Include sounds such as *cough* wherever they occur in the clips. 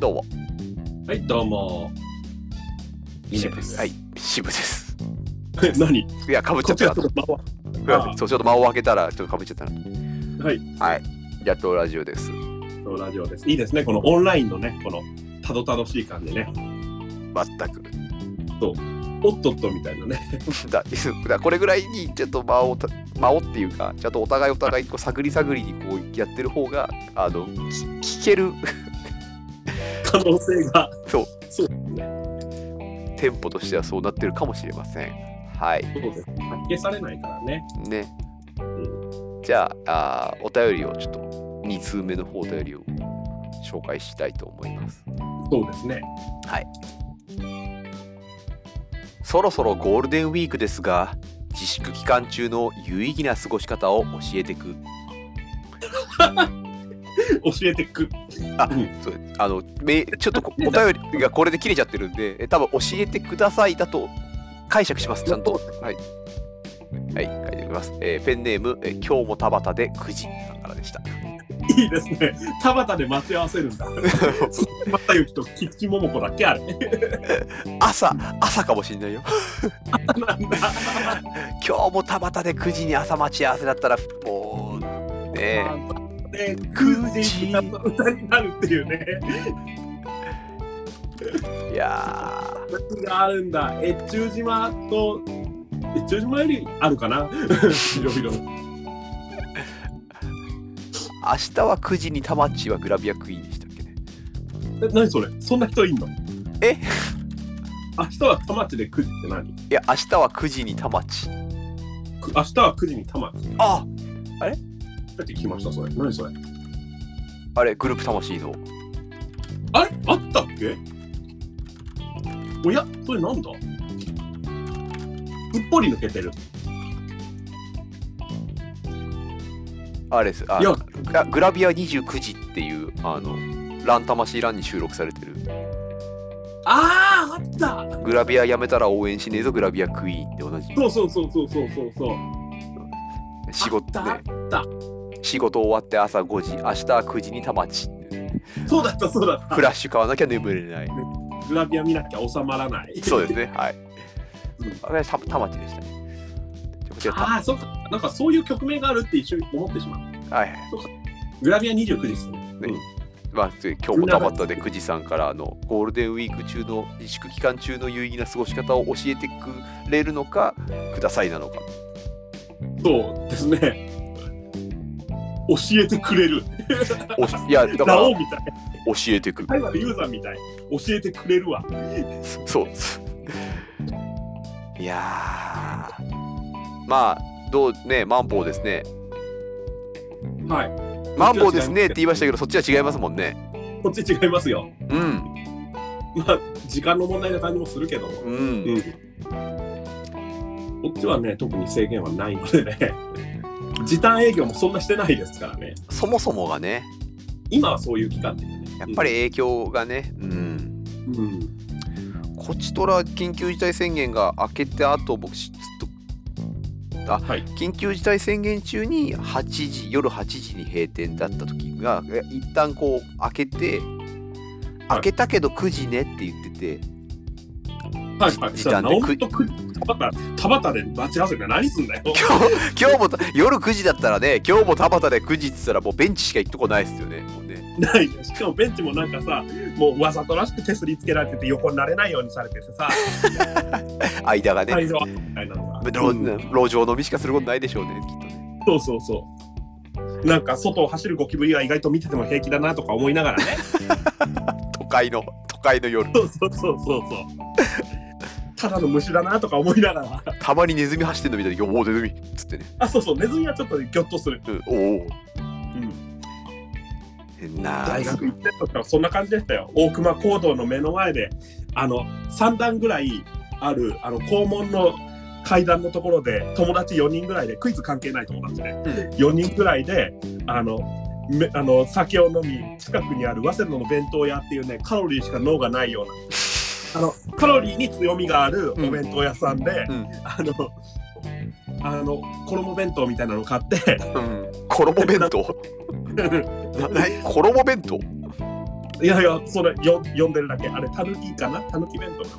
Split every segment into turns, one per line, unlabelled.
どうも。
はい、どうも。いいね
渋
です
はい、渋です。
え *laughs* 何
いや、かぶっちゃ
こ
っ
っちが
た
ちょ。っと回
すいませんそう、ちょっと間を開けたら、ちょっとかぶっちゃったな。
るはい、
やっとラジオです。
そうラジオです。いいですね、このオンラインのね、このたどたどしい感じね。
全く。 *laughs*
おっとっとみたいなね。 *laughs*
だいつだこれぐらいに、ちょっと間をた、間をっていうか、ちゃんとお互いお互い、こう探り探りにこうやってる方が、あの、き聞ける *laughs*
可能性が。
そう
そうですね。
テンポとしてはそうなってるかもしれません。はい。
そうです。発見されないからね。
ね。
うん。
じゃあ、あーお便りをちょっと、2通目の方お便りを紹介したいと思います。
そうですね。
そろそろゴールデンウィークですが自粛期間中の有意義な過ごし方を教えてく
教えてく。
あ
うん
そうあのめちょっとこ
*laughs*
お便りがこれで切れちゃってるんでえ多分教えてくださいだと解釈しますちゃんとはいはい書いておきます、えーペンネーム、えー今日も田畑で9時さんからでした *laughs*
いいですね。田畑で待ち合わせるんだ。 *laughs* またゆきと菊池桃子だっけあれ。
朝朝かもしんないよ
なん
*laughs*
だ。
今日も田畑で9時に朝待ち合わせだったらもうね
で、空時に歌になるっていうね。
えいやー
何があるんだ越中島と越中島よりあるかな広々
明日は9時に田町はグラビアクイーンでしたっけね
え何それそんな人いんの
え
明日は田町で9時って何
いや、明日は9時に田町。
く明日は9時に田町
あ
だって聞きましたそれ何それ
あれ、グループ魂の。
あれあったっけおやそれなんだすっぽり抜けてる
あれです。あ
いや
あグラビア29時っていう、あの、ラン魂ランに収録されてる。
あーあった
グラビアやめたら応援しねえぞ、グラビアクイーンって同じ。
そうそうそうそうそうそうそう
仕事
あ
ね
っ。
仕事終わって朝5時、明日は9時に田町。
そうだったそうだった
フラッシュ買わなきゃ眠れない。
グラビア見なきゃ収まらない
そうですね、はい
うん。
あれ、た田町でしたね。じゃあこちら田
ああ、そっか。なんかそういう曲名があるって一瞬思ってしまう。
はいはい。
グラビア29時ですね。
ねまあ、つい今日もたまったで、くじさんからあのゴールデンウィーク中の自粛期間中の有意義な過ごし方を教えてくれるのか、くださいなのか。
うんそうですね。教えてくれる。
おしいや、だから
ラオ
教
ウみたい。
えてく
海外のユーザーみたい。教えてくれるわ。
そう。いやー、まあ、どうね、マンボウですね。
はい。
マンボウですねって言いましたけど、そっちは違いますもんね。
こっち違いますよ。
うん、
まあ、時間の問題な感じもするけども。
う。
うんん。こっちはね、特に制限はないのでね。時短営業もそんなしてないですからね。
そもそもがね、
今はそういう期間でね。
やっぱり影響がね、うん。
うん。うん。
こちとら緊急事態宣言が明けてあと僕ずっとあ、
はい
緊急事態宣言中に8時夜8時に閉店だった時がえ一旦こう開けて開けたけど9時ねって言ってて、
はいはい。
時短
な
で
お
く
んとく田畑、田畑で待ち合わせて何すんだよ。
今日今日もた夜9時だったらね今日も田畑で9時って言ったらもうベンチしか行くとこないですよねもうね
ないねしかもベンチもなんかさもうわざとらしく手すりつけられてて横になれないようにされててさ
間がね、
会場みたいなのが、
ろ
うん
路上飲みしかすることないでしょうねきっとね
そうそうそうなんか外を走るゴキブリは意外と見てても平気だなとか思いながらね
都会の都会の夜
そうそうそうそうそうただの虫だなとか思いながら
たまにネズミ走ってんの見たら「よおうネズミ」っつってね
あそうそうネズミはちょっとギョッとする、
「うん、おお
うん、
変な
大学行ってとかそんな感じでしたよ大熊講堂の目の前であの3段ぐらいあるあの校門の階段のところで友達4人ぐらいでクイズ関係ない友達で
うん
4人ぐらいであのめあの酒を飲み近くにある早稲田の弁当屋っていうねカロリーしか脳がないようなあのカロリーに強みがあるお
うん
弁当屋さんで、
うん
あのあの衣弁当みたいなの買って
うん、衣弁当なな衣弁当
いやいや、それよ読んでるだけ。あれ、たぬきかなたぬき弁当か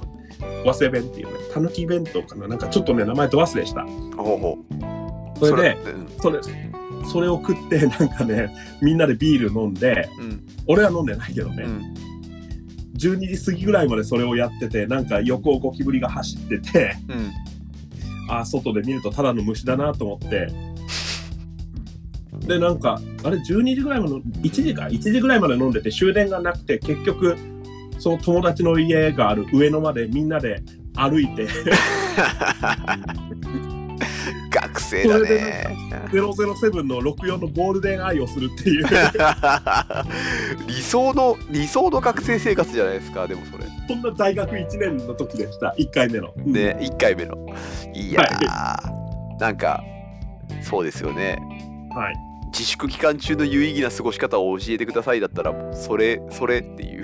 な和製弁っていうね。たぬき弁当かななんかちょっとね、名前と忘れした。
ほうほう。
それで、
うん
それ、それを食って、 *laughs* なんかね、みんなでビール飲んで、
うん
俺は飲んでないけどね、
うん
12時過ぎぐらいまでそれをやってて、なんか横をゴキブリが走ってて、
うん。
あー外で見るとただの虫だなと思って。で、なんか、あれ、12時ぐらいまで、1時か、1時ぐらいまで飲んでて終電がなくて、結局、その友達の家がある上野までみんなで歩いて、
学生だ
それで
ね。
007の64のゴールデンアイをするっていう、
理想の理想の学生生活じゃないですか。でもそれ
そんな大学1年の時でした、1回目の。うん
ね一回目のいやーなんかそうですよね。
はい。
自粛期間中の有意義な過ごし方を教えてくださいだったらそれそれっていう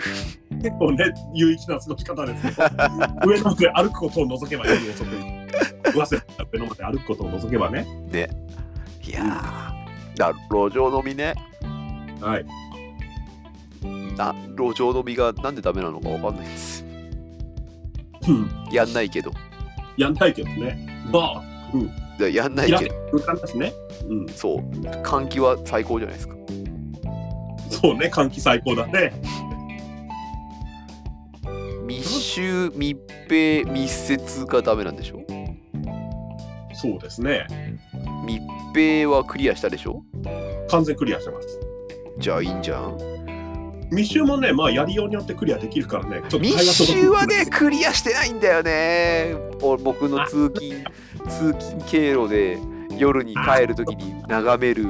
結構ね、有意義な過ごし方ですね。上野まで歩くことを除けば夜遅くに。早稲田上野まで歩くことを除けばね。
いやーだ路上飲みね
はい。
な路上飲みがなんでダメなのかわかんないです
うん
やんないけど
やんないけどね。まあ、
だやんない
開
け
け
ど
る感じですね。うん、
そう換気は最高じゃないですか
そうね、換気最高だね。
密集密閉密接がダメなんでしょ
そうですね。
密閉はクリアしたでしょ
完全クリアしてます。
じゃあいいんじゃん
密集もね、まあ、やりようによってクリアできるからね。ちょっと
密
会話届く
集はね、クリアしてないんだよねお僕の通勤通勤経路で夜に帰るときに眺める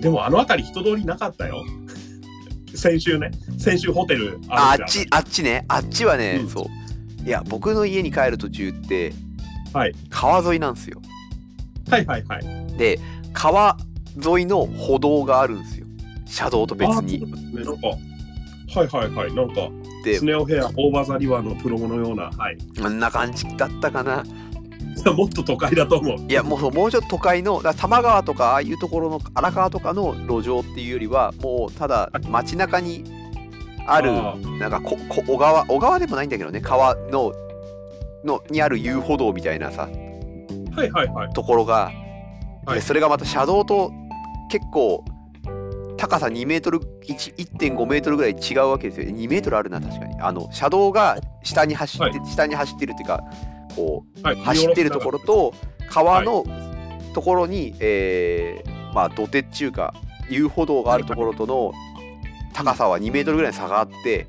でも、あの辺り人通りなかったよ。 *laughs* 先週ね、先週ホテル
ああ
る
っ
じ
ちあっちねあっちはね、
うん
そういや僕の家に帰る途中って、
はい
川沿いなんですよ
ゃんはいはいはい。
で川沿いの歩道があるんですよ車道と別に
あーそうですね、なんか、はいはいはい、なんか、
で
スネオヘア、オーバーザリワのプロモのような、はい。 *laughs*
あんな感じだったかな
もっと都会だと思う。
いやもうそうもうちょっと都会のだから多摩川とかああいうところの荒川とかの路上っていうよりはもうただ街中にある
あ
なんかここ小川小川でもないんだけどね川ののにある遊歩道みたいなさ
はいはいはい。
ところが、
はい
でそれがまた車道と結構高さ2メートル1.5メートルぐらい違うわけですよ2メートルあるな確かにあの車道が下に走って、下に走ってるっていうかこう
はい、
走ってるところと川のところに、えーまあ土手っていうか遊歩道があるところとの高さは2メートルぐらいの差があって、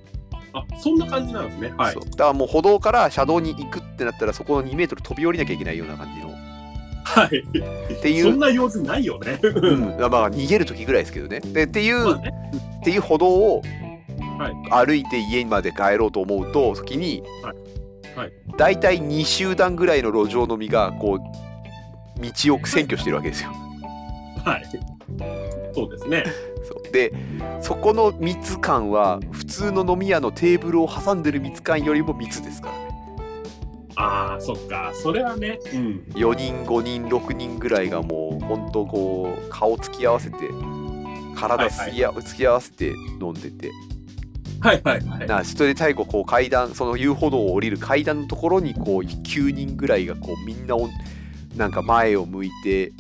あそんな感じなんですね。はい
そ。うだからもう歩道から車道に行くってなったらそこの2メートル飛び降りなきゃいけないような感じの
はい。
ってい
そ、
うん
な用事ないよ
*laughs*
ね。
うんまあ逃げる時ぐらいですけどねでっていう、
まあ
っ
ね
ていう歩道を
は
歩いて家まで帰ろうと思うと時に、
はいはい
大体2集団ぐらいの路上飲みがこう道を占拠してるわけですよ
はい。そうですね。
そうでそこの密感は普通の飲み屋のテーブルを挟んでる密感よりも密ですからね
ああ、そっか。それはね。うん。
4人5人6人ぐらいがもうほんとこう顔突き合わせて体すぎあ突き合わせて飲んでて、
はいはいはい。
なそれで最後こう階段その遊歩道を降りる階段のところにこう9人ぐらいがこうみんなおんなんか前を向いて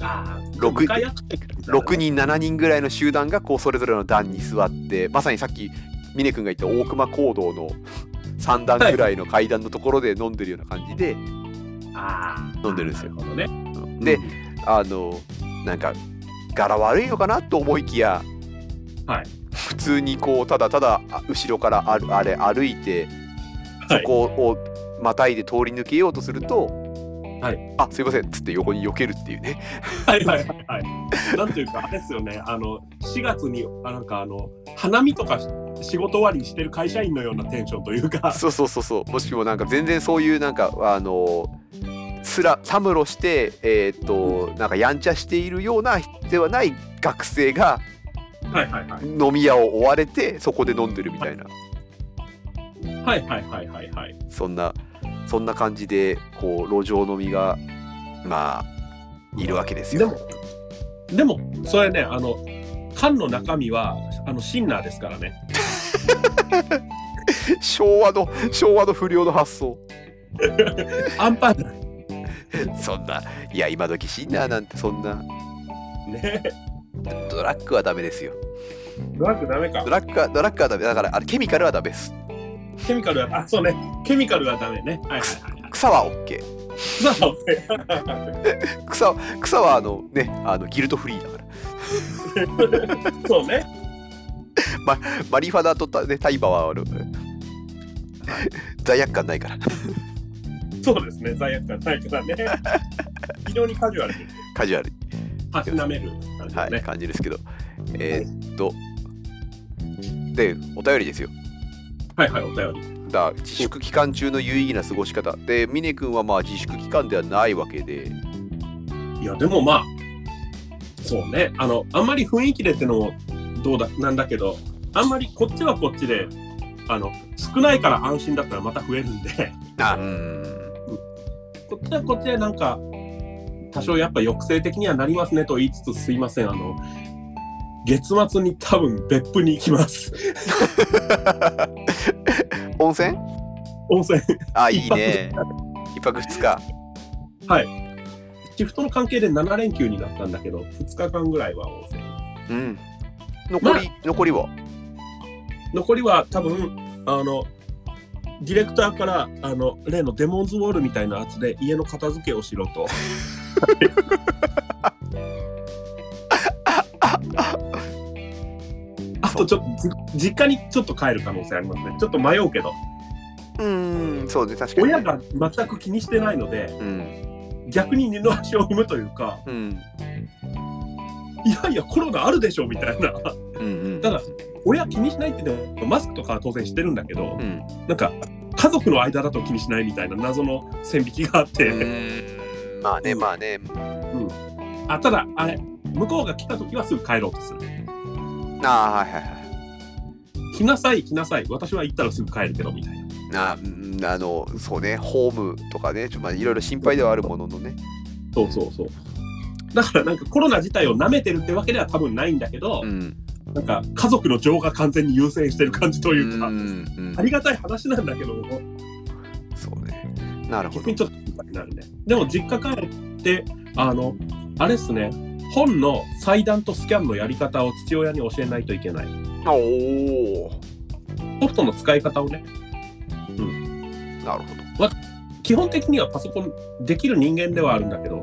ああ、
六
向かい合ってくるみたいな
6。人7人ぐらいの集団がこうそれぞれの段に座ってまさにさっき峰君が言った大熊講堂の3段ぐらいの階段のところで飲んでるような感じで、
ああ。
飲んでるんですよ
なるほどね。
で
うん
あのなんか柄悪いのかなと思いきや、
はい
普通にこうただただあ後ろからあるあれ歩いて
はい
こうをまたいで通り抜けようとすると「
はい
あすいません」っつって横に避けるっていうね
はいはいはいはい。なんていうか、あれですよね。あの、4月に、あなんかあの、花見とかし仕事終わりにしてる会社員のようなテンションというか、
そうそうそうそうもしくもなんか全然そういうなんかあのすらたむろしてえーっとなんかやんちゃしているようなではない学生が
はいはいはい。
飲み屋を追われてそこで飲んでるみたいな
はいはいはいはいはい。
そんなそんな感じでこう路上飲みがまあいるわけです
で
よ。
も、でも、それね、あの、缶の中身は、あのシンナーですからね。
*laughs* 昭和の昭和の不良の発想
アンパンだ
そんないや今時シンナーなんてそんな
ね。
ドラッグはダメですよ
ドラッグダメか
ド。ラッグはドラッグはダメだからあれケミカルはダメです
ケミカルは、あ、そうね。ケミカルはダメね。はいはいはい。
草は OK
そう
*laughs* 草は草はあのねあのギルトフリーだから
そうね。
マリファナとた、ね、タイバーはある罪悪感ないから
そうですね。罪悪感ないからね。非常にカジュアルに、
カジュアルに、
たしなめる感じ
は
だ
い
ね。
感じですけどえーっとでお便りですよ
はいはい、お便り。
だ自粛期間中の有意義な過ごし方で峰君はまあ自粛期間ではないわけで
いやでもまあそうねあのあんまり雰囲気でってのもどうだなんだけどあんまりこっちはこっちであの少ないから安心だったらまた増えるんで
あうん
こっちはこっちでなんか多少やっぱ抑制的にはなりますねと言いつつすいませんあの月末に多分別府に行きます
温泉
温泉
あいいね一泊二日
シフトの関係で7連休になったんだけど2日間ぐらいは温泉
うん残り、残りは
残りは多分あのディレクターからあの例のデモンズウォールみたいなやつで家の片付けをしろとあとちょっとじ実家にちょっと帰る可能性ありますねちょっと迷うけど
うんそうね確かに
親が全く気にしてないので
うん
逆に二の足を踏むというか
うん
いやいやコロナあるでしょみたいな
うんうん
ただ親気にしないって言ってもマスクとかは当然してるんだけど、
うん
なんか家族の間だと気にしないみたいな謎の線引きがあって、
うんまあねまあね
あただあれ向こうが来た時はすぐ帰ろうとする
ああはいはいはい
来なさい来なさい私は行ったらすぐ帰るけどみたいな
あうんあのそうねホームとかねちょまあいろいろ心配ではあるもののね
そうそうそうだからなんかコロナ自体を舐めてるってわけでは多分ないんだけど
う、ん
なんか家族の情が完全に優先してる感じと
う
いうか、
んうん
ありがたい話なんだけども
そうねなるほ
逆
ど
にちょっと心配になるねでも実家帰ってあのあれっすね本の裁断とスキャンのやり方を父親に教えないといけない
おお
ソフトの使い方をね
なるほど
基本的にはパソコンできる人間ではあるんだけど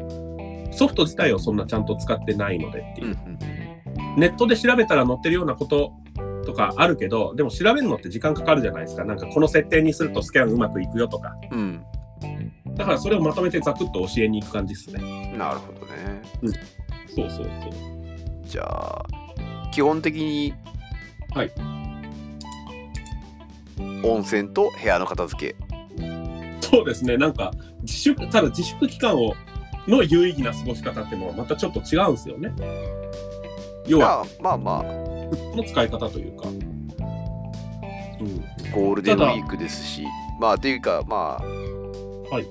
ソフト自体をそんなちゃんと使ってないのでっていうう、
ん
ネットで調べたら載ってるようなこととかあるけどでも調べるのって時間かかるじゃないですかなんかこの設定にするとスキャンうまくいくよとか
うん
だからそれをまとめてザクッと教えに行く感じですね
うんなるほどね
そうそうそう
じゃあ基本的に
はい
温泉と部屋の片付け
そうですねなんか自粛ただ自粛期間をの有意義な過ごし方っていうのはまたちょっと違うんですよね要は
まあまあまあ
の使い方というか、うん、
ゴールデンウィークですしまあっていうかまあ
はい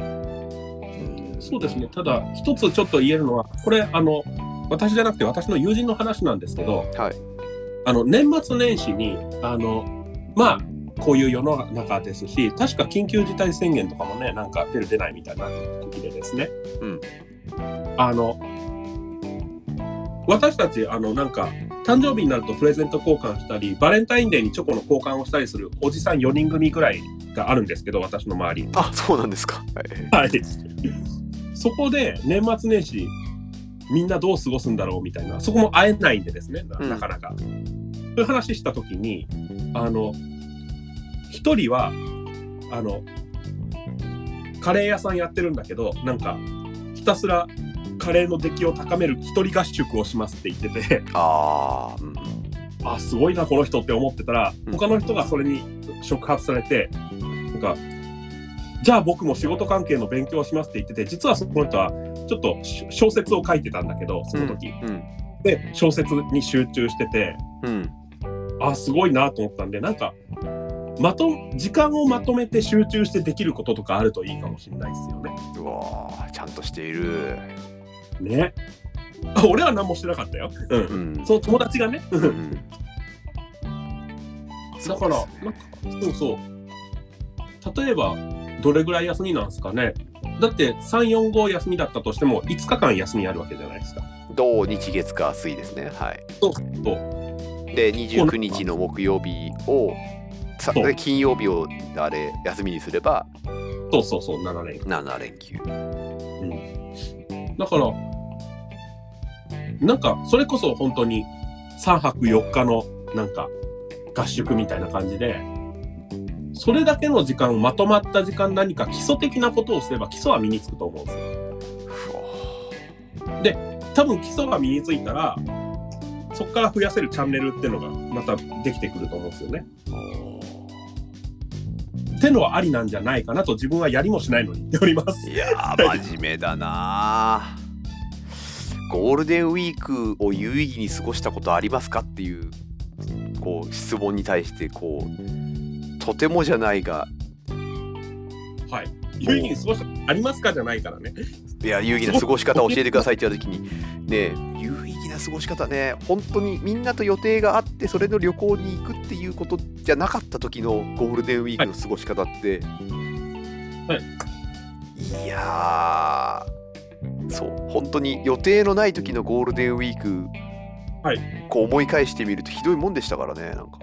うん
そうですね、ただ、一つちょっと言えるのは、これ、あの私じゃなくて、私の友人の話なんですけど、
はい
あの年末年始に、あのまあ、こういう世の中ですし、確か緊急事態宣言とかもね、なんか出る、出ないみたいな時でですね、
うん
あの私たち、あのなんか、誕生日になるとプレゼント交換したり、バレンタインデーにチョコの交換をしたりするおじさん4人組ぐらいがあるんですけど、私の周り。
あそうなんですかはい
はい、そこで年末年始みんなどう過ごすんだろうみたいなそこも会えないんでですねな
うん
なかなか、そういう話した時にあの一人はあのカレー屋さんやってるんだけどなんかひたすらカレーの出来を高める一人合宿をしますって言ってて
あーうん
あすごいなこの人って思ってたら
うん
他の人がそれに触発されてなんかじゃあ僕も仕事関係の勉強をしますって言ってて実はその人はちょっと小説を書いてたんだけどその時、
うん
で小説に集中してて
うん
あすごいなと思ったんでなんかまと時間をまとめて集中してできることとかあるといいかもしれないですよね。
うわーちゃんとしている
ね。あ俺は何もしてなかったよ。う。
うんん
その友達がね。うん
うんそうですね
だから、なんかそうそう。例えば、どれぐらい休みなんですかね。だって、3、4、5休みだったとしても、5日間休みあるわけじゃないですか。
土日月火水ですねはい
そうそう。
で29日の木曜日をさ
そう
で金曜日をあれ休みにすれば
そうそうそう、7連
7連休
だから、なんか、それこそ本当に3泊4日の、なんか、合宿みたいな感じで、それだけの時間、まとまった時間、何か基礎的なことをすれば、基礎は身につくと思うんですよ。
ふお
多分、基礎が身についたら、そこから増やせるチャンネルっていうのが、またできてくると思うんですよね。ってのはありなんじゃないかなと、自分はやりもしないのに言っております。
いやー真面目だなゴールデンウィークを有意義に過ごしたことありますかっていうこう質問に対してこうとてもじゃないが
はい。有意義に過ごしたありますかじゃないからね。
いや有意義な過ごし方を教えてくださいって言われた時にね有意義な過ごし方ね本当にみんなと予定があってそれの旅行に行くっていうことじゃなかった時のゴールデンウィークの過ごし方って、
はい
い、やーそう本当に予定のない時のゴールデンウィーク、
は
こう思い返してみるとひどいもんでしたからねなんか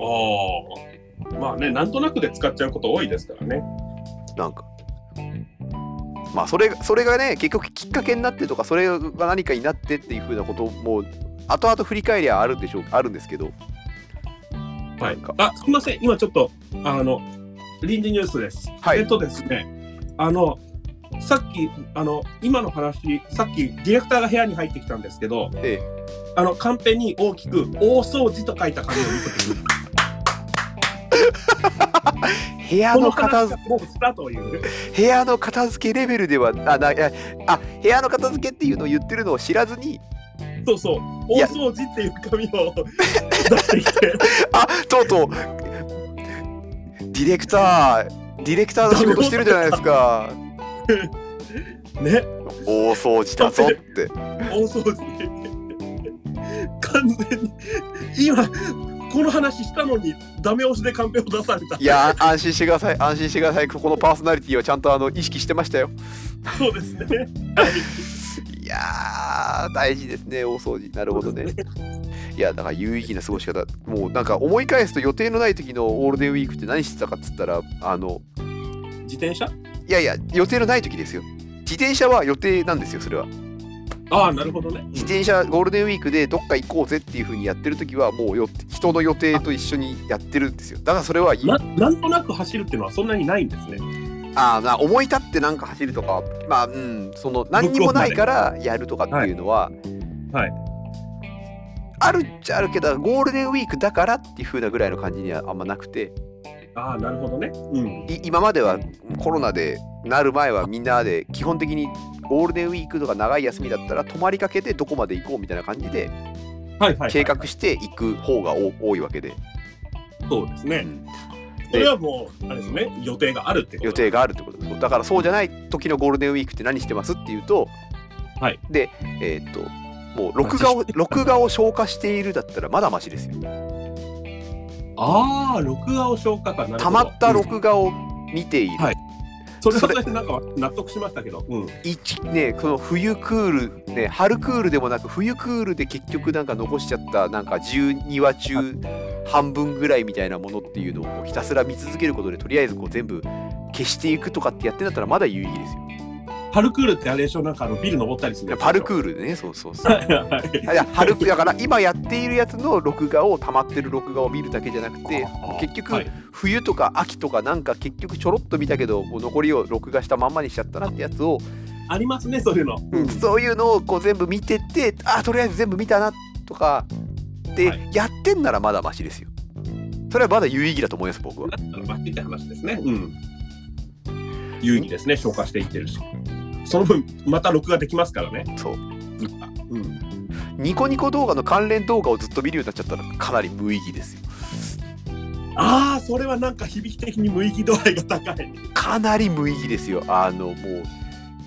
ああ。まあね、なんとなくで使っちゃうこと多いですからね。
なんか。まあそれがそれがね結局きっかけになってとかそれが何かになってっていうふうなことも後々振り返りはあるんでしょうあるんですけど
は
ないんか、
あすみません、今ちょっとあの臨時ニュースです。
はい
えっとですね、あのさっきあの今の話、さっきディレクターが部屋に入ってきたんですけど、
え
あのカンペに大きく大掃除と書いた紙を見せてくる。
部屋
この
の片
話
付
がもうしたという。
部屋の片付けレベルではあないやあ部屋の片付けっていうのを言ってるのを知らずに
そうそう、
い
大
や
掃除っていう紙を出してき
*laughs*
て、
あとうとうディレクターディレクターの仕事してるじゃないですか
ね、
大掃除だぞって
大掃除。完全に今この話したのにダメ押しでカンペを出された。
いや安心してください安心してくださいここのパーソナリティはちゃんとあの意識してましたよ
そうですね。
いやー、大事ですね、大掃除。なるほどね。いや、だから有意義な過ごし方、もうなんか思い返すと予定のない時のゴールデンウィークって何してたかっつったら、あの、
自転車
いやいや、予定のない時ですよ。自転車は予定なんですよ、それは。
ああ、なるほどね。
自転車、ゴールデンウィークでどっか行こうぜっていう風にやってる時は、もうよ人の予定と一緒にやってるんですよ。だからそれはいい。
ななんとなく走るっていうのはそんなにないんですね。
ああ、な思い立ってなんか走るとか、まあ、うん、その何にもないからやるとかっていうのは、
はい
あるっちゃあるけど、ゴールデンウィークだからっていう風なぐらいの感じにはあんまなくて、
ああ、なるほどね。うん。
い今まではコロナでなる前はみんなで基本的にゴールデンウィークとか長い休みだったら泊まりかけてどこまで行こうみたいな感じで
はいはい、はい。
計画して行く方が多多いわけで、
そうですね。
うん
それはもう、あれですね、予定があるってこと
予定があるってことですだからそうじゃない時のゴールデンウィークって何してますっていうと、
はい
でえーっともう録画を録画を消化しているだったらまだマシですよ
ああ、録画を消化かなるほど。
溜まった
うん
録画を見ている、
はいそれは
そ
そ
れ
れでなんか納得しましたけど。うん。
一ねこの冬クールね春クールでもなく冬クールで結局なんか残しちゃったなんか12話中半分ぐらいみたいなものっていうのをこうひたすら見続けることでとりあえずこう全部消していくとかってやってんだったらまだ有意義ですよ
パルクールってあれでしょ、なんかあのビル登ったりする
いや
やつでしょ。
パルクールでねそうそうそう
はい
いや春だから今やっているやつの録画を溜まってる録画を見るだけじゃなくて結局
はい
冬とか秋とかなんか結局ちょろっと見たけどもう残りを録画したまんまにしちゃったなってやつを、
ありますね、そういうの。
うん
うん
そういうのをこう全部見ててあとりあえず全部見たなとかで、
はい
やってんならまだマシですよ。それはまだ有意義だと思います僕
*laughs*
は。
だったらバッチって話ですね。うん。有意義ですね、消化していってるし。その分、また録画できますからね。
そう
うん。
ニコニコ動画の関連動画をずっと見るようになっちゃったらかなり無意義ですよ。
ああ、それはなんか響き的に無意義度合いが高い。
かなり無意義ですよあのもう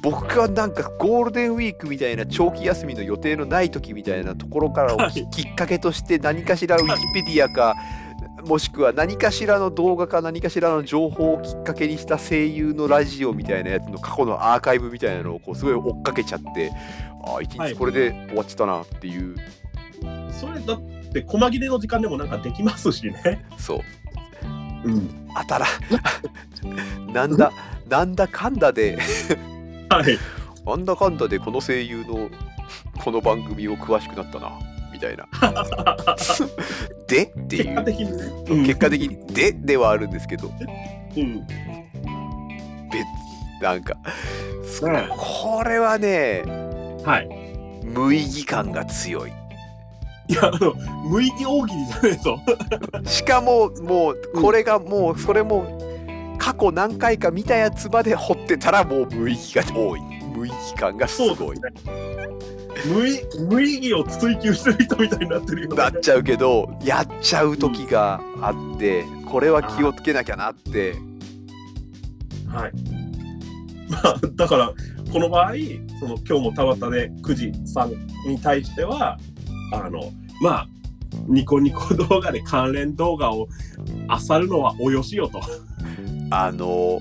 僕はなんかゴールデンウィークみたいな長期休みの予定のない時みたいなところから
は
を
い
きっかけとして何かしらウィキペディアかもしくは何かしらの動画か何かしらの情報をきっかけにした声優のラジオみたいなやつの過去のアーカイブみたいなのをこうすごい追っかけちゃってああ一
は
日
い
これで終わっちゃったなっていう、
それだって細切れの時間でもなんかできますしね。
そう
うん、
あたら *laughs* なんだなんだかんだで
はい
なんだかんだでこの声優の *laughs* この番組を詳しくなったなみたいな。 *laughs* でってい
結果
う
的にね。
結果的にでではあるんですけど
うん、
別なんかそ
ね
これはね
はい。
無意義感が強い
いや、あの、無意義大喜利じゃないぞ。
しかももうこれがもうそれも過去何回か見たやつまで掘ってたらもう無意義が多い無意義感がすごい、
無意無意義を追求してる人みたいになってるよ、ね。
なっちゃうけどやっちゃう時があってこれは気をつけなきゃなって
はい。まあ、だから、この場合、その今日もたわたで9時さんに対しては、あの、まあ、ニコニコ動画で関連動画を漁るのはおよしよと
あの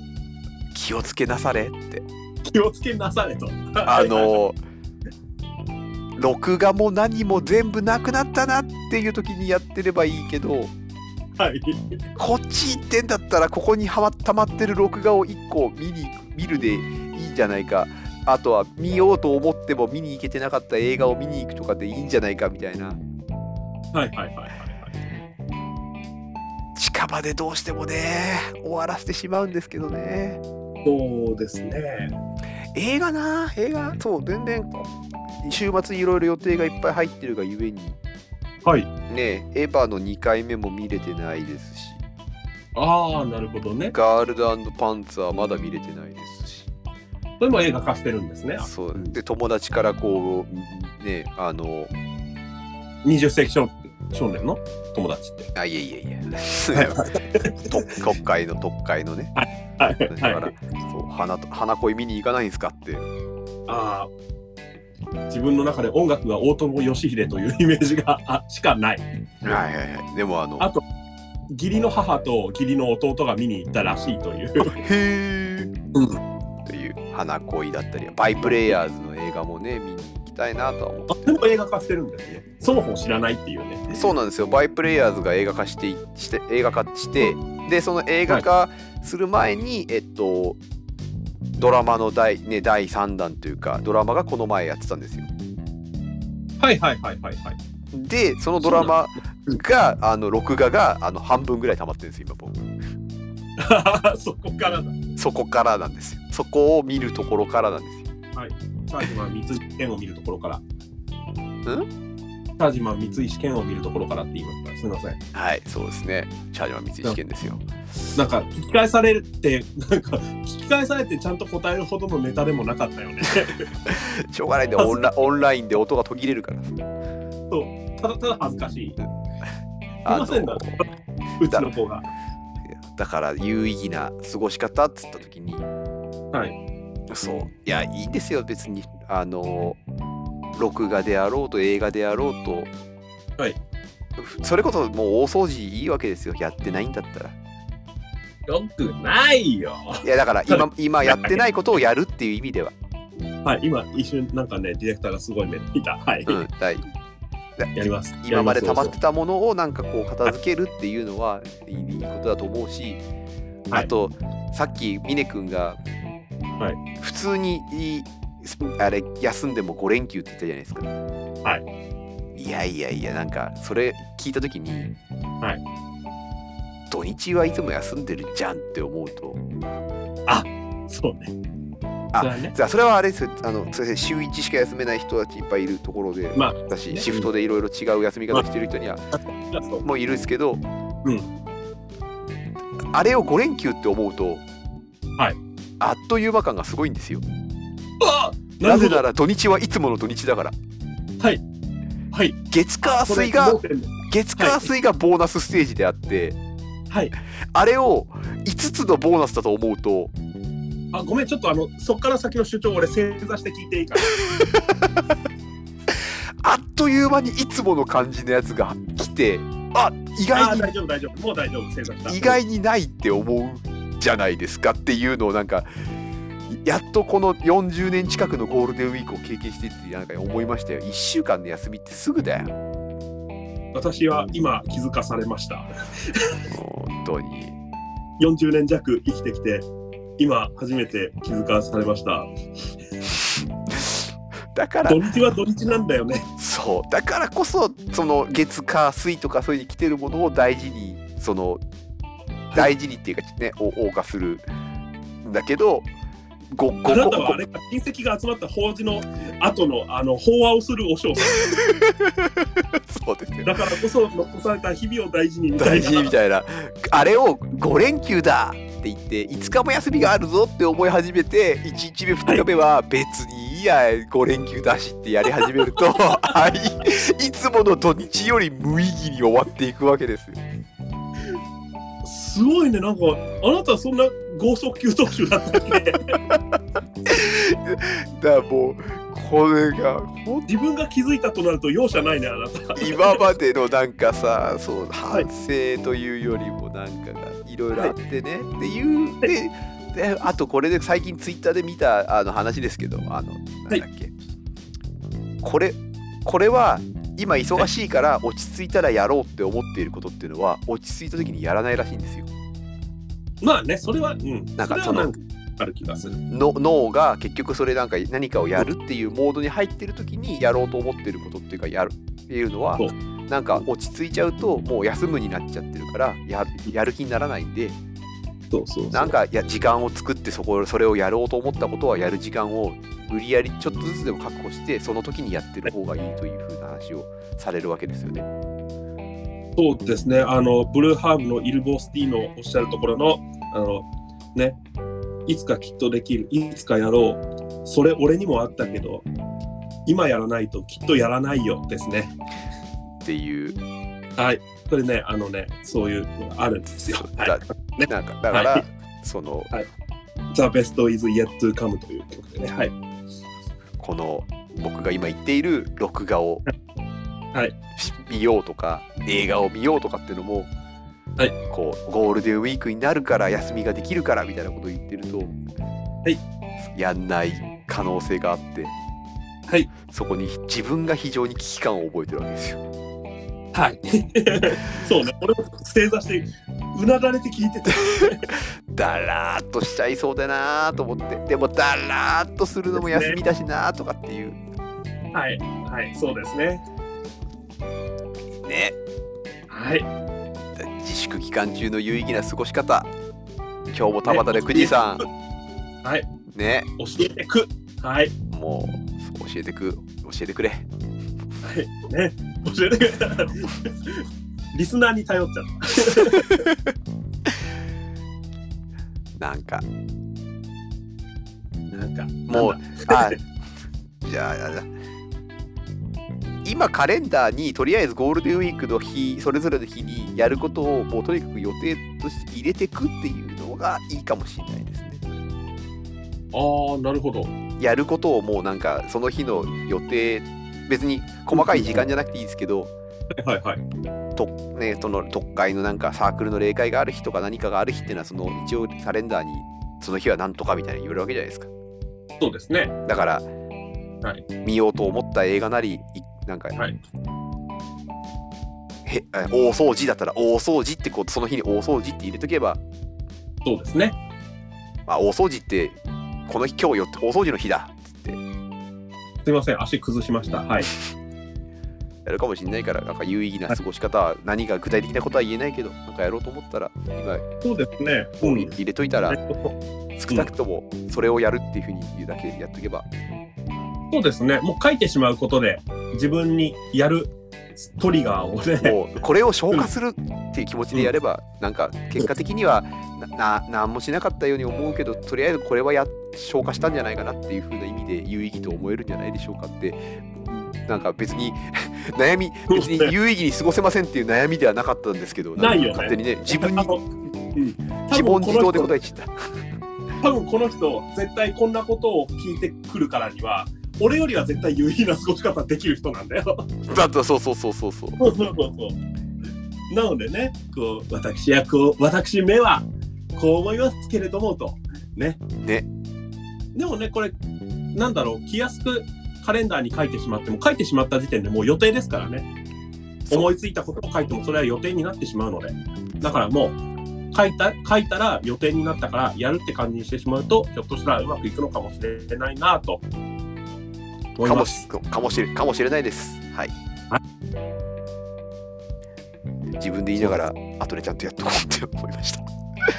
気をつけなされって
気をつけなされと。
あの録画も何も全部なくなったなっていう時にやってればいいけど
はい、
こっち行ってんだったらここにはま溜まってる録画を1個見に見るでいいんじゃないかあとは見ようと思っても見に行けてなかった映画を見に行くとかでいいんじゃないかみたいな
はい、はい、はい、はい。
近場でどうしてもね終わらせてしまうんですけどね。
そうですね。
映画な映画そう全然週末いろいろ予定がいっぱい入ってるがゆえに
はい。
ねエヴァの2回目も見れてないですし
ああ、なるほどね。
ガールドパンツァーまだ見れてないですし
それも映画化してるんですね。
そうで友達からこうねあの
20世紀少少年の友達って。
あいえいえい
*laughs*
えと特会の特会のね
はい
だから、そう花と花恋見に行かないんすかって
ああ自分の中で音楽が大友義秀というイメージがあしかない
はいはいはいでもあの
あ義理の母と義理の弟が見に行ったらしいという *laughs*
へー
うん
という花恋だったりバイプレイヤーズの映画もね見に行きたいなとは思
あでも映画化してるんですねそもそも知らないっていうね
うそうなんですよバイプレイヤーズが映画化していして映画化してでその映画化する前に、えっとドラマの第,、ね、第3弾というかドラマがこの前やってたんですよ
はいはいはいはいはい
でそのドラマがあの録画があの半分ぐらい溜まってるんですよ今僕
*laughs* そこからだ
そこからなんですよそこを見るところからなんですよ
チャージマン三石健を見るところからんチャージマン三石健を見るところからって言いましたすみません
はいそうですねチャージマン三井試験ですよ
なんか聞き返されてなんか聞き返されてちゃんと答えるほどのネタでもなかったよね *laughs*
しょうがないんでオンラオンラインで音が途切れるから
ただただ恥ずかしい。すい
あ
ませんだ
の、
うちの子が。
だから有意義な過ごし方っつった時に
はい。
そういやいいんですよ別にあの録画であろうと映画であろうと
はい
それこそもう大掃除いいわけですよやってないんだったら
よくないよ。
いやだから今今やってないことをやるっていう意味では、
はい、今一瞬なんかね、ディレクターがすごい目で見た。はい。
うん、だい
やります。
今まで溜ま
っ
ってたものをなんかこう片付けるっていうのはいいいいことだと思うし、
は
あ
い
とさっき峰君が、
は
普通にいいスあれ休んでも5連休って言ったじゃないですか。はい、いやいやいやなんかそれ聞いた時に、
はい
土日はいつも休んでるじゃんって思うと
そうね。
あ
それはね
じゃあそれはあれですよあのすいません週1しか休めない人たちいっぱいいるところで、
まあ
だし
ね
シフトでいろいろ違う休み方してる人には
そう
もいるんですけど、
うん
あれを5連休って思うと、
はい
あっという間感がすごいんですよ
あ
なぜ
るほ
なら土日はいつもの土日だから
どはい。はい。
月火
これ
水が
盲点です
月火水がボーナスステージであって、
はい。
あれを5つのボーナスだと思うと
あごめんちょっとあのそっから先の主張俺正座して聞いていいかな
あっという間にいつもの感じのやつが来てあ意外
あー
に
大丈夫大丈夫もう大丈夫正座した
意外にないって思うじゃないですかっていうのをなんかやっとこの40年近くのゴールデンウィークを経験してってなんか思いましたよ1週間の休みってすぐだよ
私は今気づかされました
本当に
40年弱生きてきて今初めて気づかされました
だから
土日は土日なんだよね
そうだからこそその月火水とかそういうに来てるものを大事にその大事にっていうかねお謳歌するんだけどごご
あな
ご
たはあれか親戚が集まった法事の後のあの法話をするお嬢さ
*laughs*
ん
そうですよ
だからこそ残された日々を大事にみたい
大
な
事みたいなあれを5連休だって言って5日も休みがあるぞって思い始めて1日目2日目は別にいいや5連休だしってやり始めると *laughs* あいいつもの土日より無意義に終わっていくわけですよ
すごいねなんかあなたはそんな豪速球投手だったっけ
だからもうこれが本
自分が気づいたとなると容赦ないねあな
当
た
に今までのなんかさそう
は
反
い
省というよりもなんかがいろいろあってね、っていうでであとこれで最近ツイッターで見たあの話ですけどあのなんだっけ、これこれは今忙しいから落ち着いたらやろうって思っていることっていうのは落ち着いた時にやらないらしいんですよ。
まあねそれはうん
なんか
それはなんかある気がする
の脳が結局それなんか何かをやるっていうモードに入ってる時にやろうと思ってることっていうかやるっていうのは
そう
なんか落ち着いちゃうともう休むになっちゃってるからややる気にならないんで
そうそうそう
なんかや時間を作ってそこそれをやろうと思ったことはやる時間を無理やりちょっとずつでも確保してその時にやってる方がいいというふうな話をされるわけですよね。
そうですね、あのブルーハーブのイルボスティーのおっしゃるところの、あのね、いつかきっとできる、いつかやろう、それ俺にもあったけど、今やらないときっとやらないよですね。
っていう
はい、これね、あのね、そういうのがあるんですよ。は
だ
い、
なんかだから、
はい
その
The best is yet to come という曲でね、はい、
この僕が今言っている録画を、
はい
し見ようとか映画を見ようとかっていうのも、
はい
こうゴールデンウィークになるから休みができるからみたいなことを言ってると、やんない可能性があって、
はい
そこに自分が非常に危機感を覚えてるわけですよ。
はい、 *laughs* そうね、俺も正座して、うなだれて聞いてて、
だらーっとしちゃいそうだなーと思ってでもだらーっとするのも休みだしなーとかっていう
はい、はい、そうですね。
ね
はい、
自粛期間中の有意義な過ごし方今日も田畑でくじさん
*laughs* はい、
ね
教えてく。はい
もう教えてく教えてくれ
はい、ね、教えてくれた。リスナーに頼っちゃっ
なんか
た。なんか、
もう
なんだ *laughs*
あじゃあああ今カレンダーにとりあえずゴールデンウィークの日それぞれの日にやることをもうとにかく予定として入れてくっていうのがいいかもしれないですね
ああ、なるほど。
やることをもうなんかその日の予定別に細かい時間じゃなくていいですけど、
はいはい。
とね、その特会のなんかサークルの例会がある日とか何かがある日っていうのはその一応カレンダーにその日は何とかみたいに言われるわけじゃないですか
そうですね。
だから、
い
見ようと思った映画なりいなんか、
はい
へえ大掃除だったら大掃除ってこうその日に大掃除って入れとけば、
そうですね。
まあ、大掃除ってこの日今日よって大掃除の日だっつって
すいません、足崩しました。はい。
やるかもしれないからなんか有意義な過ごし方は何か具体的なことは言えないけどなんかやろうと思ったら今
そうですね。う。
もうん入れといたら、少なくともそれをやるっていうふうに言うだけやっとけば、
そうですね。もう書いてしまうことで、自分にやるトリガーをね。
もうこれを消化するっていう気持ちでやれば、なんか結果的にはなな何もしなかったように思うけどとりあえずこれはや消化したんじゃないかなっていうふうな意味で有意義と思えるんじゃないでしょうかってなんか別に *laughs* 悩み別に有意義に過ごせませんっていう悩みではなかったんですけどんか
ないよね *laughs*
勝手にね自分
あ
に
のうん、
自問自答で
多分こ
答
の人
えちゃった。
多分この人絶対こんなことを聞いてくるからには俺よりは絶対有意義な過ごし方できる人なんだよ。
だってそうそうそうそうそう
そうそうそうそう。なのでね、こう私はこう私目はこう思いますけれどもとね。
ね。
でもねこれなんだろう気安くカレンダーに書いてしまっても書いてしまった時点でもう予定ですからね。
そう
思いついたことを書いてもそれは予定になってしまうので。だからもう書いた書いたら予定になったからやるって感じにしてしまうとひょっとしたらうまくいくのかもしれないなぁと思い
か
ま
も
す。
しかもしれかもしれないですはい
は
自分で言いながら後でちゃんとやっとこうって思いました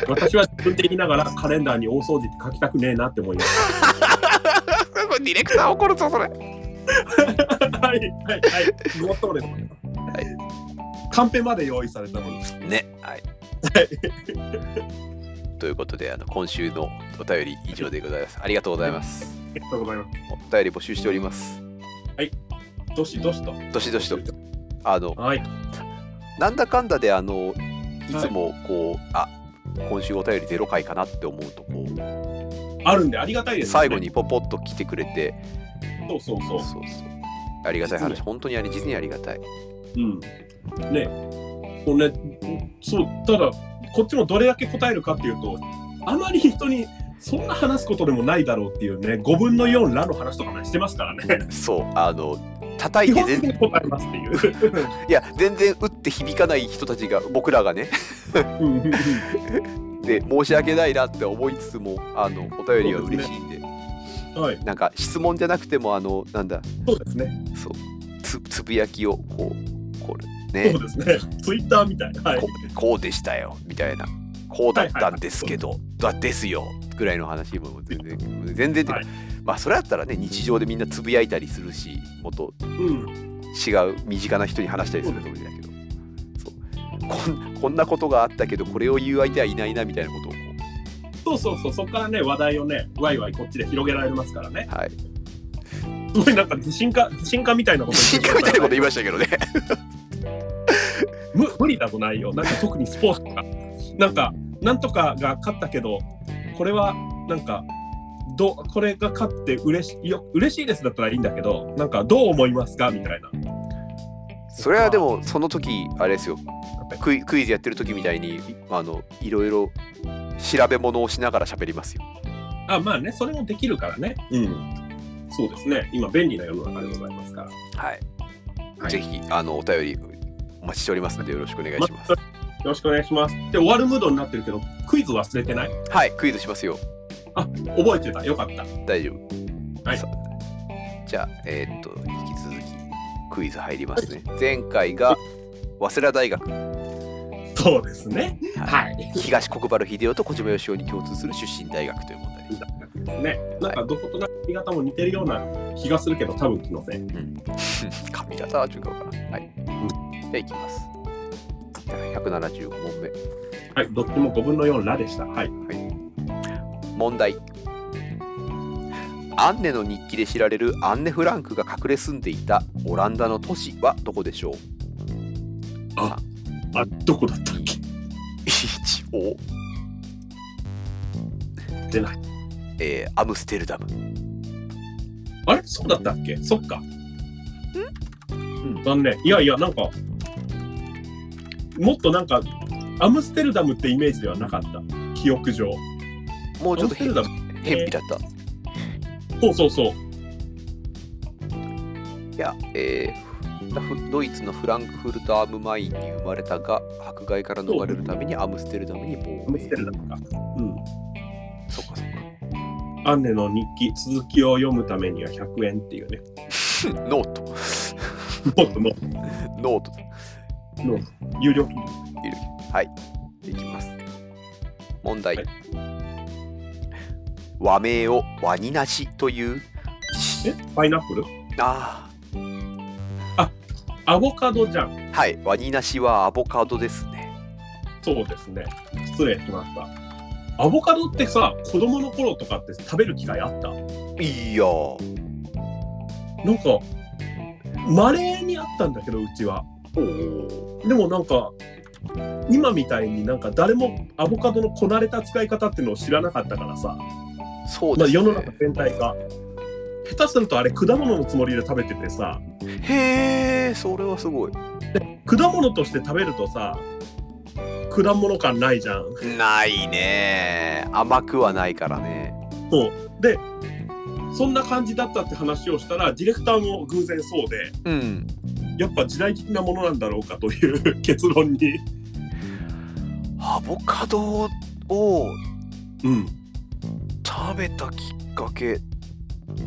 私は自分で言いながらカレンダーに大掃除って書きたくねえなって思います。
これディレクター怒るぞそれ
はいはいはい。ごもっともです。はい。カンペまで用意されたのに。
ねはいということであの今週のお便り以上でございますありがとうございます
ありがとうございます。
お便り募集しております
どしどしと。
どしどしとあの
はい。
なんだかんだであのいつもこう、あ今週お便りゼロ回かなって思うとこう
あるんでありがたいです、ね。
最後。にポポッと来てくれて
そうそう
そう
そ
そうありがたい
実
話
に。
本当にあれ実にありがたいう
うん。ね。これね、そう、ただ、こっちもどれだけ答えるかっていうと、あまり人に。そんな話すことでもないだろうっていうね、5分の4らの話とかもしてますからね。
そうあの叩
基
いて
本的
全
に答えますっていう。
いや全然打って響かない人たちが僕らがね
うんうんうん
で申し訳ないなって思いつつもあのお便りは嬉しいんで
はい、
なんか質問じゃなくてもあのなんだ
そうですね。
そうつつぶやきをこうこうね
そうですね。ツイッターみたいな。はい
こ。こうでしたよみたいなこうだったんですけど、だですよぐらいの話も全然全然っていうか、
はい
まあそれだったらね日常でみんなつぶやいたりするしもっと
うん。
違う身近な人に話したりすると思うんだけどそうこんこんなことがあったけどこれを言う相手はいないなみたいなことをこ
そうそうそう、そこからね、話題をね、ワイワイこっちで広げられますからね。
うはい
すごいなんか、自信家、自信家みたいなこと言
進
って
化
る
*laughs* みたいなこと言いましたけどね
無無理だと内容。なんか、特にスポーツとか。なんか、なんとかが勝ったけど、これは、なんか、どうこれが勝って嬉しいよ嬉しいですだったらいいんだけどなんかどう思いますかみたいな
それはでもその時あれですよクイクイズやってる時みたいにあのいろいろ調べ物をしながら喋りますよ
あまあねそれもできるからねうんそうですね今便利な世の中でございますから
はい。
はい
ぜひあのお便りお待ちしておりますのでよろしくお願いします。
よろしくお願いしますで終わるムードになってるけどクイズ忘れてない
はい、クイズしますよ。
覚えてたよかった
大丈夫。
はい
さじゃあ、えーっと、引き続きクイズ入りますね。前回が早稲田大学、
そうですね
はい
はい
東国原英夫と小島よしおに共通する出身大学という問題でし
ね、なんかどことなく髪型も似てるような気がするけど、多分気のせい。
た。
*laughs*
髪型は違うかな。はい。じゃあ、いきます。175問目。
はい、どっちも5分の4ラでした。はい。
問題アンネの日記で知られるアンネ・フランクが隠れ住んでいたオランダの都市はどこでしょう
あ、どこだったっけ
一応、
出ない。
えーアムステルダム
あれそうだったっけそっか。
ん
残念。いやいや、なんか、もっとなんか、アムステルダムってイメージではなかった。記憶上。
もうちょっと
アムステルダム
へんぴだったい
そうそうそう。
や、えーフドイツのフランクフルト・アームマインに生まれたが迫害から逃れるためにアムステルダムに亡
アム
命
ステルダムか。う
そっかそっか
ん。アンネの日記、続きを読むためには100円っていうね。
ノート *laughs*
もっとも、
ノート
有料金。
いるはいいきます問題、
はい
和名を和になしという
えパイナップル
あ
アボカドじゃん。
あはいワニなしはアボカドですね
そうですね。失礼しました。アボカドってさ、子供の頃とかって食べる機会あったなん
いいよー
か、稀にあったんだけど、うちは。
おー
でもなんか、今みたいになんか誰もアボカドのこなれた使い方っていうのを知らなかったからさ、
そう
ま
で
あ、
すね。
世の中全体が下手するとあれ果物のつもりで食べててさ
へえ、それはすごい。
果物として食べるとさ果物感ないじゃん。
ないね。甘くはないからね。
そうでそんな感じだったって話をしたらディレクターも偶然そうで
うん。
やっぱ時代的なものなんだろうかという結論に、
アボカドを
うん、
食べたきっかけ、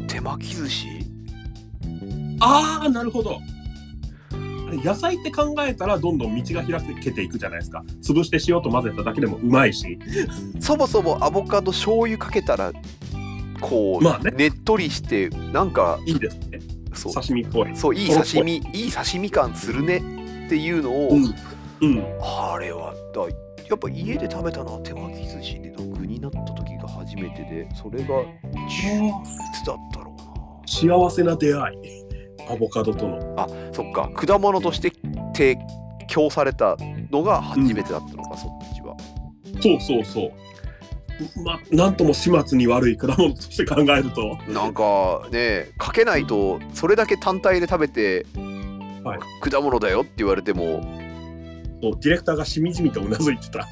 手巻き寿司
ああなるほどあれ野菜って考えたらどんどん道が開けていくじゃないですか潰して塩と混ぜただけでもうまいし
そもそもアボカド醤油かけたら、こう、
まあね
ねっとりして、なんか、
いいですね
そう
刺身っぽい
そういい刺身いい刺身感するねっていうのを、
うんうん
あれはだやっぱ家で食べたのは手巻き寿司で具になった時が初めてでそれが10いつだったろう
幸せな出会いアボカドとの
なそっか果物として提供されたのが初めてだったのか、そっちは
そうそうそうまなんとも始末に悪い果物として考えると
なんかねかけないとそれだけ単体で食べて、
はい
果物だよって言われても
そうディレクターがしみじみとうなずいてた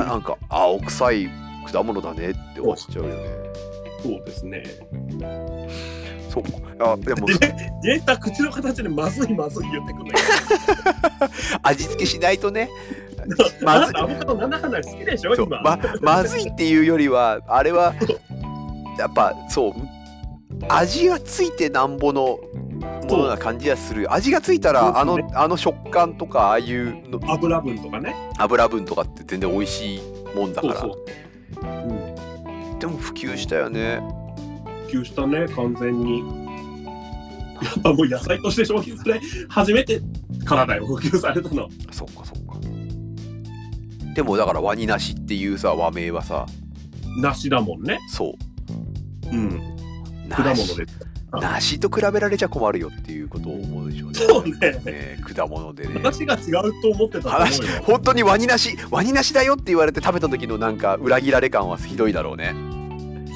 ななんか青臭い果物だねって思っちゃうよね
そうですね
そうあでも
ディレディレクター口の形でまずいまずい言ってくるのよ
*laughs* 味付けしないと
*laughs*
ね
あ
*laughs* まず
な
い
たアボカド7花好きでしょ
そう
今、
ままずいっていうよりはあれはやっぱそう味がついてなんぼのものな感じがする味がついたらあ
そう
の
です
あの食感とかああいうの
油分とかね
油分とかって全然美味しいもんだから
そうそう、うん、
でも普及したよね
普及したね完全にやっぱもう野菜として消費され初めてからだよ普及されたの
そっかそっかでもだからワニなしっていうさ和名はさ
梨だもんね
そう
うん果
な
物で
し
す
梨と比べられちゃ困るよっていうことを思うでしょうね
そうね
ね果物
*laughs*
でね
話が違うと思ってたと思う
話
よ
本当にワニなしワニなしだよって言われて食べた時のなんか裏切られ感はひどいだろうね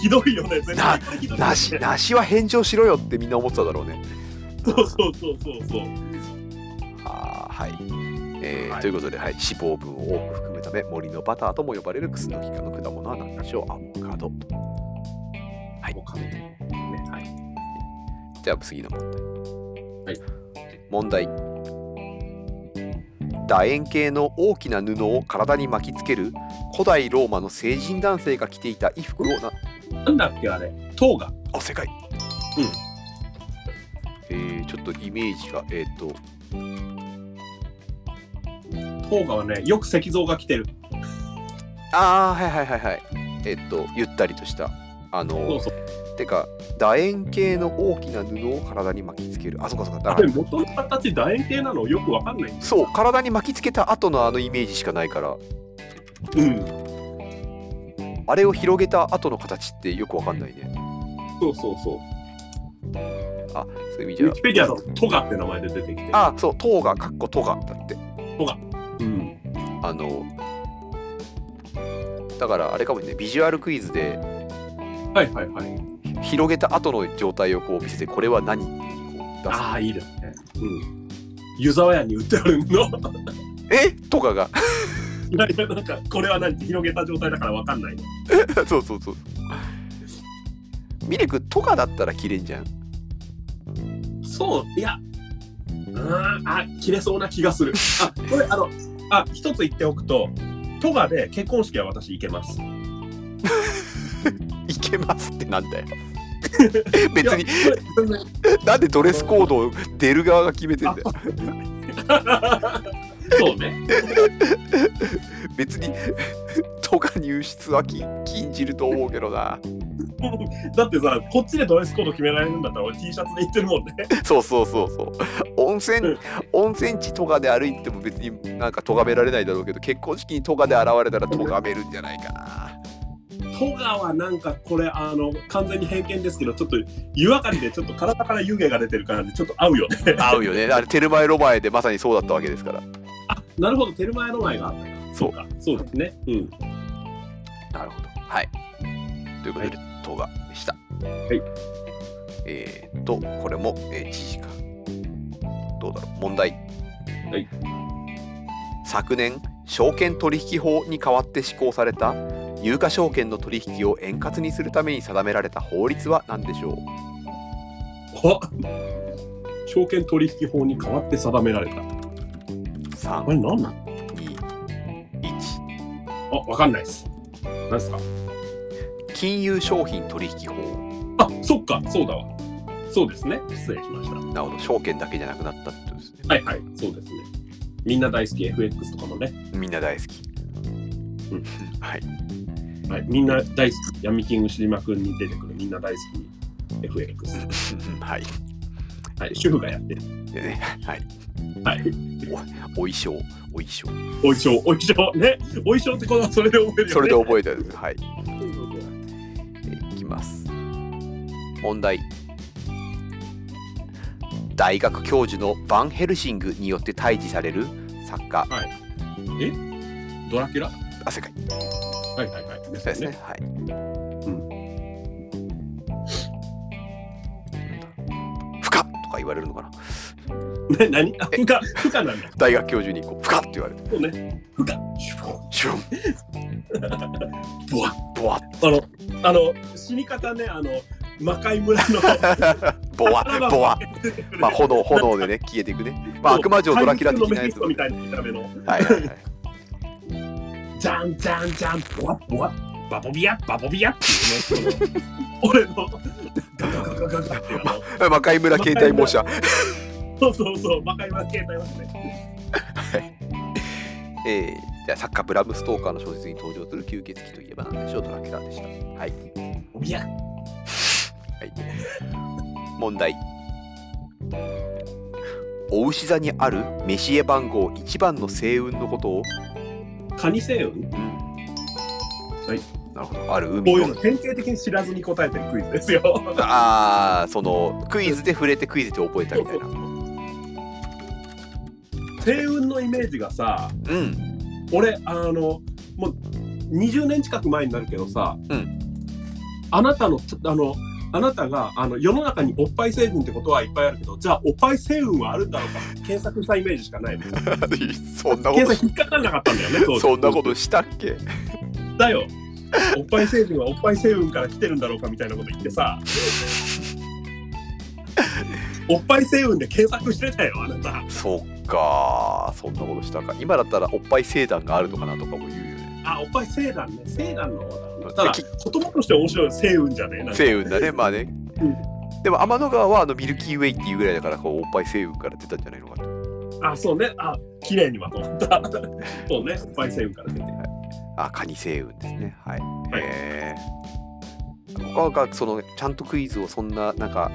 ひどいよね絶対ひどいよね
な
*laughs*
しなしは返上しろよってみんな思ってただろうね
そうそうそうそうそう
はあはい、えー
はい
ということで、はい、脂肪分を多く含むため森のバターとも呼ばれるクスノキ科の果物は何でしょうアボカドはい
お金ねはい
じゃあ次の問題
はい
問題楕円形の大きな布を体に巻きつける古代ローマの成人男性が着ていた衣服をな
なんだっけあれ糖が
あ世界
うん
えー、ちょっとイメージがえっ、ー、と
糖がはねよく石像が来てる
ああはいはいはいはいえっ、とゆったりとしたあ
そ
の
うそう
てか楕円形の大きな布を体に巻きつけるあそうかそうかだ
あ
か
れ
ら
元の形楕円形なのよくわかんない
そう体に巻きつけた後のあのイメージしかないから
うん
あれを広げた後の形ってよくわかんないね
そうそうそう
あそういう意味じ
ウ
ゃ
ィキペディアだとトガって名前で出てきて
あそう塔がかっこ塔がだって
うん
あのだからあれかもねビジュアルクイズで
はいはいはい
広げた後の状態をこう見せてこれは何っていうこう出す
ああいいですねうん湯沢屋に売ってあるの *laughs*
えとかが *laughs*
いやいやなんかこれは何って広げた状態だからわかんないの
そうそうそうミレクとかだったら切れんじゃん
そういやうーんあ切れそうな気がするあこれあのあ一つ言っておくとトガで結婚式は私行けます
いけますってなんだ
*laughs*
よ別に
いやこれ全然
なんでドレスコードを出る側が決めてんだよ
*laughs* そうね
別にとか入室は禁禁じると思うけどな
だってさこっちでドレスコード決められるんだったら俺 T シャツで行ってるもんね
そうそうそうそう温
う
泉
ん
温泉地とかで歩いても別になんかとがめられないだろうけど結婚式にとかで現れたらとがめるんじゃないかな
*laughs* トガはなんかこれあの完全に偏見ですけどちょっと湯上がりでちょっと体から湯気が出てる感じちょっと合うよね
合うよねあれテルマエロマエでまさにそうだったわけですから
なるほど、テルマエロマエがあったか。
そう
か。そうですね。うん。。
なるほど。はい。ということで、動画でした。はいえー、と、これも、えー、1時間。どうだろう、問題。
はい。
昨年、証券取引法に代わって施行された、有価証券の取引を円滑にするために定められた法律は何でしょう
あ証券取引法に代わって定められた。あ
?3、
れ何なん
2、1。
あ、わかんないです。何ですか
金融商品取引法。
あ、そっか、そうだわ。そうですね。失礼しました。は
なるほど、証券だけじゃなくなったってことですね。
いはい、そうですね。みんな大好き FX とかもね。
みんな大好き。
うん
はい。
はい、みんな大好き。闇金牛島くんに出てくるみんな大好き FX。
はい。
はい、主婦がやってる。
でね、はい。
はい。
お衣装、お衣
*laughs*
装。
お衣装、お衣装。ね。お衣装ってことはそれで覚えるよね。
それで覚えたです。はい。
は
えいきます。問題。大学教授のバンヘルシングによって退治される作家、
い。えドラキュラ
あ、世界
はいはいはい。で
です
す
ね。
よ
ね
ね。
はい。深っとか言われるのかな
ね何あ、負荷、負荷なんだ。
大学教授にこう深っって言われて
そうね。負荷。シュポ
シュン
ボワ
ボワ
あの、あの、死に方ね、あの、魔界村の。
ッボワッボワッ
*laughs*
まあ炎炎でね消えていくねまあ悪魔城ドラキュラ的なや
*laughs*
つ
怪物のメフィストみたいな見た目の。
はい
*laughs*
はいはい
じゃんじゃんじゃん、ぼわぼわ、バボビア、バボビアっていうね、その俺の、ガガガガガガっていうあの、
魔界村携帯模写、
そうそうそう、魔界村携帯ますね。
*laughs* えー、じゃあ作家ブラム・ストーカーの小説に登場する吸血鬼といえば何でしょうドラキュラでしたはい、
ボビア、
はい、問題お牛座にあるメシエ番号1番の星雲のことを、
カニ星雲はい
なるほどある
こう
海
いう
の
の典型的に知らずに答えてるクイズですよ。
ああそのクイズで触れてクイズで覚えたみたいな
*laughs* 星雲のイメージがさ、
うん *laughs*
俺、あの、もう20年近く前になるけどさ、
うん
あなたの、ちょあの、あなたがあの世の中におっぱい成分ってことはいっぱいあるけど、じゃあおっぱい成分はあるんだろうかって検索したイメージしかない。
そんな
検索引っかかんなかったんだよね、当時
そんなことしたっけ
だよ。おっぱい成分はおっぱい成分から来てるんだろうかみたいなこと言ってさ。おっぱい成分で検索してたよ、あなた。
そっかそんなことしたか今だったらおっぱい星団があるのかなとかも言うよね
あ、おっぱい成団ね。成団の方だ。ただ、言葉として面白い成分じゃねえな。
星雲だねまあねでも天の川はあのミルキーウェイっていうぐらいだからこうおっぱい星雲から出たんじゃないのかと
あ、そうね。あ、綺麗にまとまった。 *laughs* そうね。おっぱい成分から出て。
あカニ星雲ですねはい、
はい
へえ他がそのちゃんとクイズをそんななんか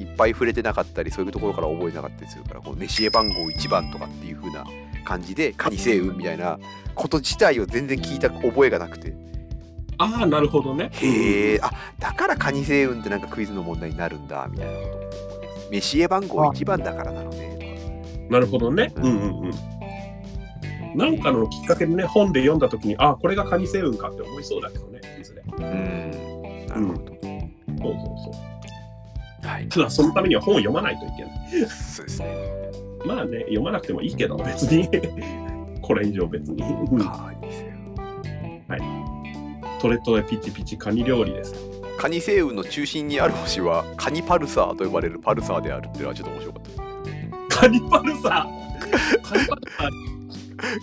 いっぱい触れてなかったりそういうところから覚えなかったりするからこう飯絵番号1番とかっていう風な感じでカニ星雲みたいなこと自体を全然聞いた覚えがなくて
ああ、なるほどね。
へえ、あだからカニ星雲ってなんかクイズの問題になるんだみたいなこと思います。メシエ番号1番だからなのね
なるほどね。
う
うんんうんうん。なんかのきっかけでね、本で読んだときに、あ、これがカニ成分かって思いそうだけどね、いずれ。
とか。うん、なるほど。
そうそうそう。
はい、
ただ、そのためには本を読まないといけない。
そうですね。
まあね、読まなくてもいいけど、別に。 *laughs* これ以上別に。
カニ星雲。
トレトレピチピチカニ料理です。
カニ星雲の中心にある星はカニパルサーと呼ばれるパルサーであるっていうのはちょっと面白かったです。
カニパルサ
*laughs*
ーカニパルサ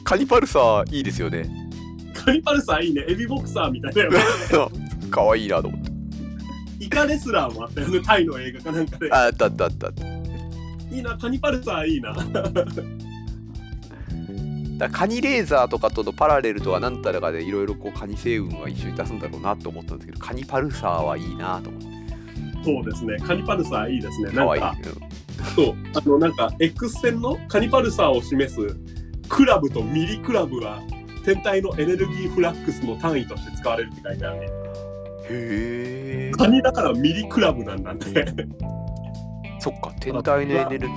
カニパルサーいいですよね。 *laughs*
ー、カニパルサーいいね。エビボクサーみたいなよね。
かわいいなと思って。
イカレスラーもあったよね。タイの映画かなんかで。
あ、あったあったあったあった。だか
いいな、カニパルサーいいな。
らカニレーザーとかとのパラレルとは何たらかでいろいろこうカニ星雲は一緒に出すんだろうなと思ったんですけど、カニパルサーはいいなと思って。
そうですね。カニパルサーいいですね。
か
なん
わいい。
か、
うん
そう。あの、なんか、X 線のカニパルサーを示すクラブとミリクラブは、天体のエネルギーフラックスの単位として使われるって書いてあるね。
へえ。
カニだからミリクラブなんだね。
そっか、天体のエネルギー。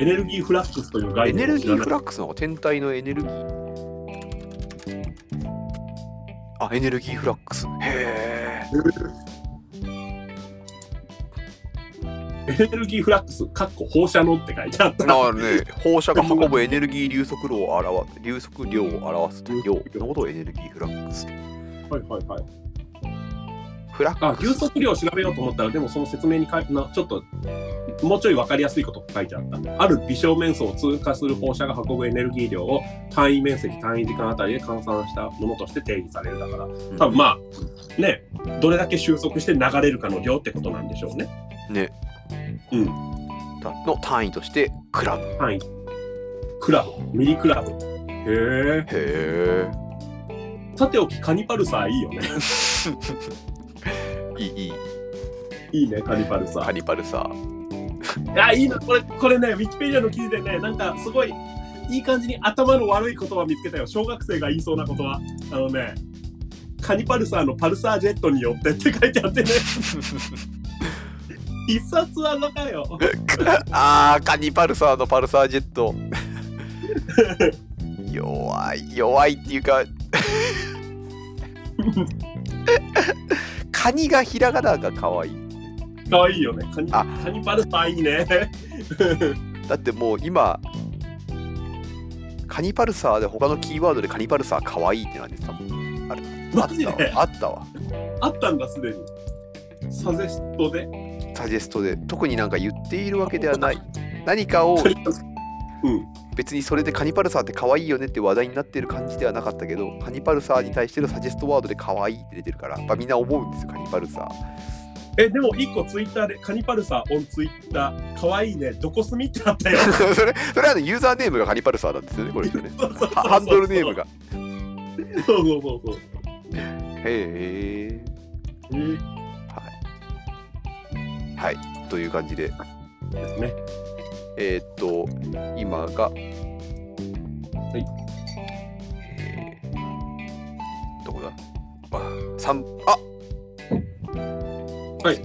エネルギーフラックスという概
エネ
念を
ル
知
ギ
ら
ー
な
フ
い
ラックスの方が天体のエネルギー。あ、エネルギーフラックス。へえ。
エネルギーフラックス、かっこ放射能って書いてあったな。
なあね、放射が運ぶエネルギー流速量を表す、流速量を表す量のことをエネルギーフラックス。
はいはいはい。
フラッ
あ
ク
流
ス。
速量を調べようと思ったら、でもその説明に書いなちょっと、もうちょい分かりやすいことが書いてあった。ある微小面相を通過する放射が運ぶエネルギー量を単位面積、単位時間あたりで換算したものとして定義されるだから、多分まあ、ね、どれだけ収束して流れるかの量ってことなんでしょうね。
ね。
うん。
の単位としてクラブ。へ
単位。クラブ、ミリクラブ。へえ。
え。
さておき、カニパルサーいいよね。
いい、いい、
いいね、カニパルサー
カ。ニバルさ。
あいいなこれこれねウィキペディアの記事でねなんかすごいいい感じに頭の悪い言葉見つけたよ小学生が言いそうなことはあのねカニパルサーのパルサージェットによってって書いてあってね *laughs* 一冊はなかよ
あーカニパルサーのパルサージェッ
*laughs*
ト弱い弱いっていう
*laughs*
かカニがひらがなが可愛い
かわいいよねカニ
あ
カニパルサーいいね *laughs*
だってもう今カニパルサーで他のキーワードでカニパルサー可愛いってなんです多分あれあ
マ
っ
ジ
た
で
わあったわ
あったんだすでにサジェストで
サジェストで特になんか言っているわけではない何かを
カニパルサーうん
別にそれでカニパルサーって可愛いよねって話題になってる感じではなかったけどカニパルサーに対してのサジェストワードで可愛いって出てるからやっぱみんな思うんですよカニパルサー
えでも一個ツイッターでカニパルサーオンツイッターかわいいねどこ住みってあったよ *laughs*
それそれはあのユーザーネームがカニパルサーなんですよねこれね
そうそうそうそう
は *laughs* ハンドルネームが
そうそうそうそう
へえはいという感じで
ですね。
えーっと今が
い
えーどこだあ三あ
はい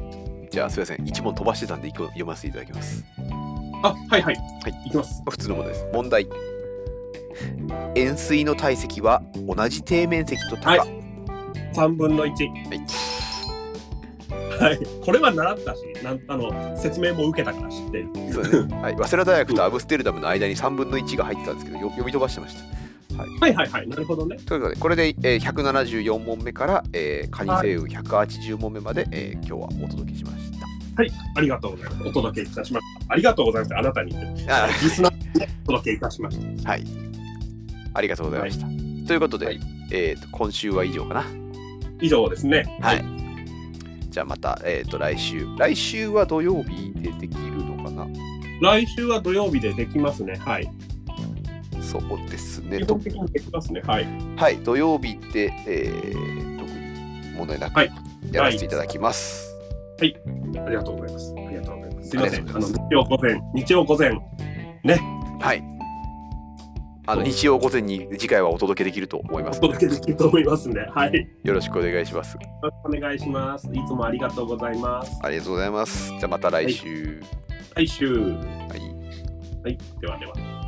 じゃあすいません一問飛ばしてたんで一個読ませていただきます
あ、はいはい。はい、いきます。
普通のものです問題円錐の体積は同じ底面積と高、
はい三分の一。はい。これは習ったし、なんあの説明も受けたから知ってる。
そうねはい、早稲田大学とアムステルダムの間に3分の1が入ってたんですけどよ読み飛ばしてました
はいはいはい。なるほどね。
ということでこれで、えー174問目から、えーカニ星雲180問目まで、えー今日はお届けしまし
はい。ありがとうございます。お届けいたしました。ありがとうございます。あなたに。リ
たあ
スナーにお届けいたしました。
はいありがとうございました、ということで、
はい
えーと今週は以上かな
以上ですね。
はい。じゃあまた、えー、と来週来週は土曜日でできるのかな
来週は土曜日でできますね。はい。
そうですね
基本的にできますね。はい。
はい、土曜日って、えー、特に問題なく
はい
やらせていただきます。
ありがとうございます。ありがとうございます。すみませ
あ
ん。
り
あ
がと
の
うご
日曜午前、日曜午前、
はい。あの日曜午前に次回はお届けできると思いま
お
す。
届けできると思いますね。はい。よ
よろしくお願いします。
ろしくお願いします。いつもありがとうございます。
ありがとうございます。じゃあまた来週。
来週。
はい
はい、ではでは。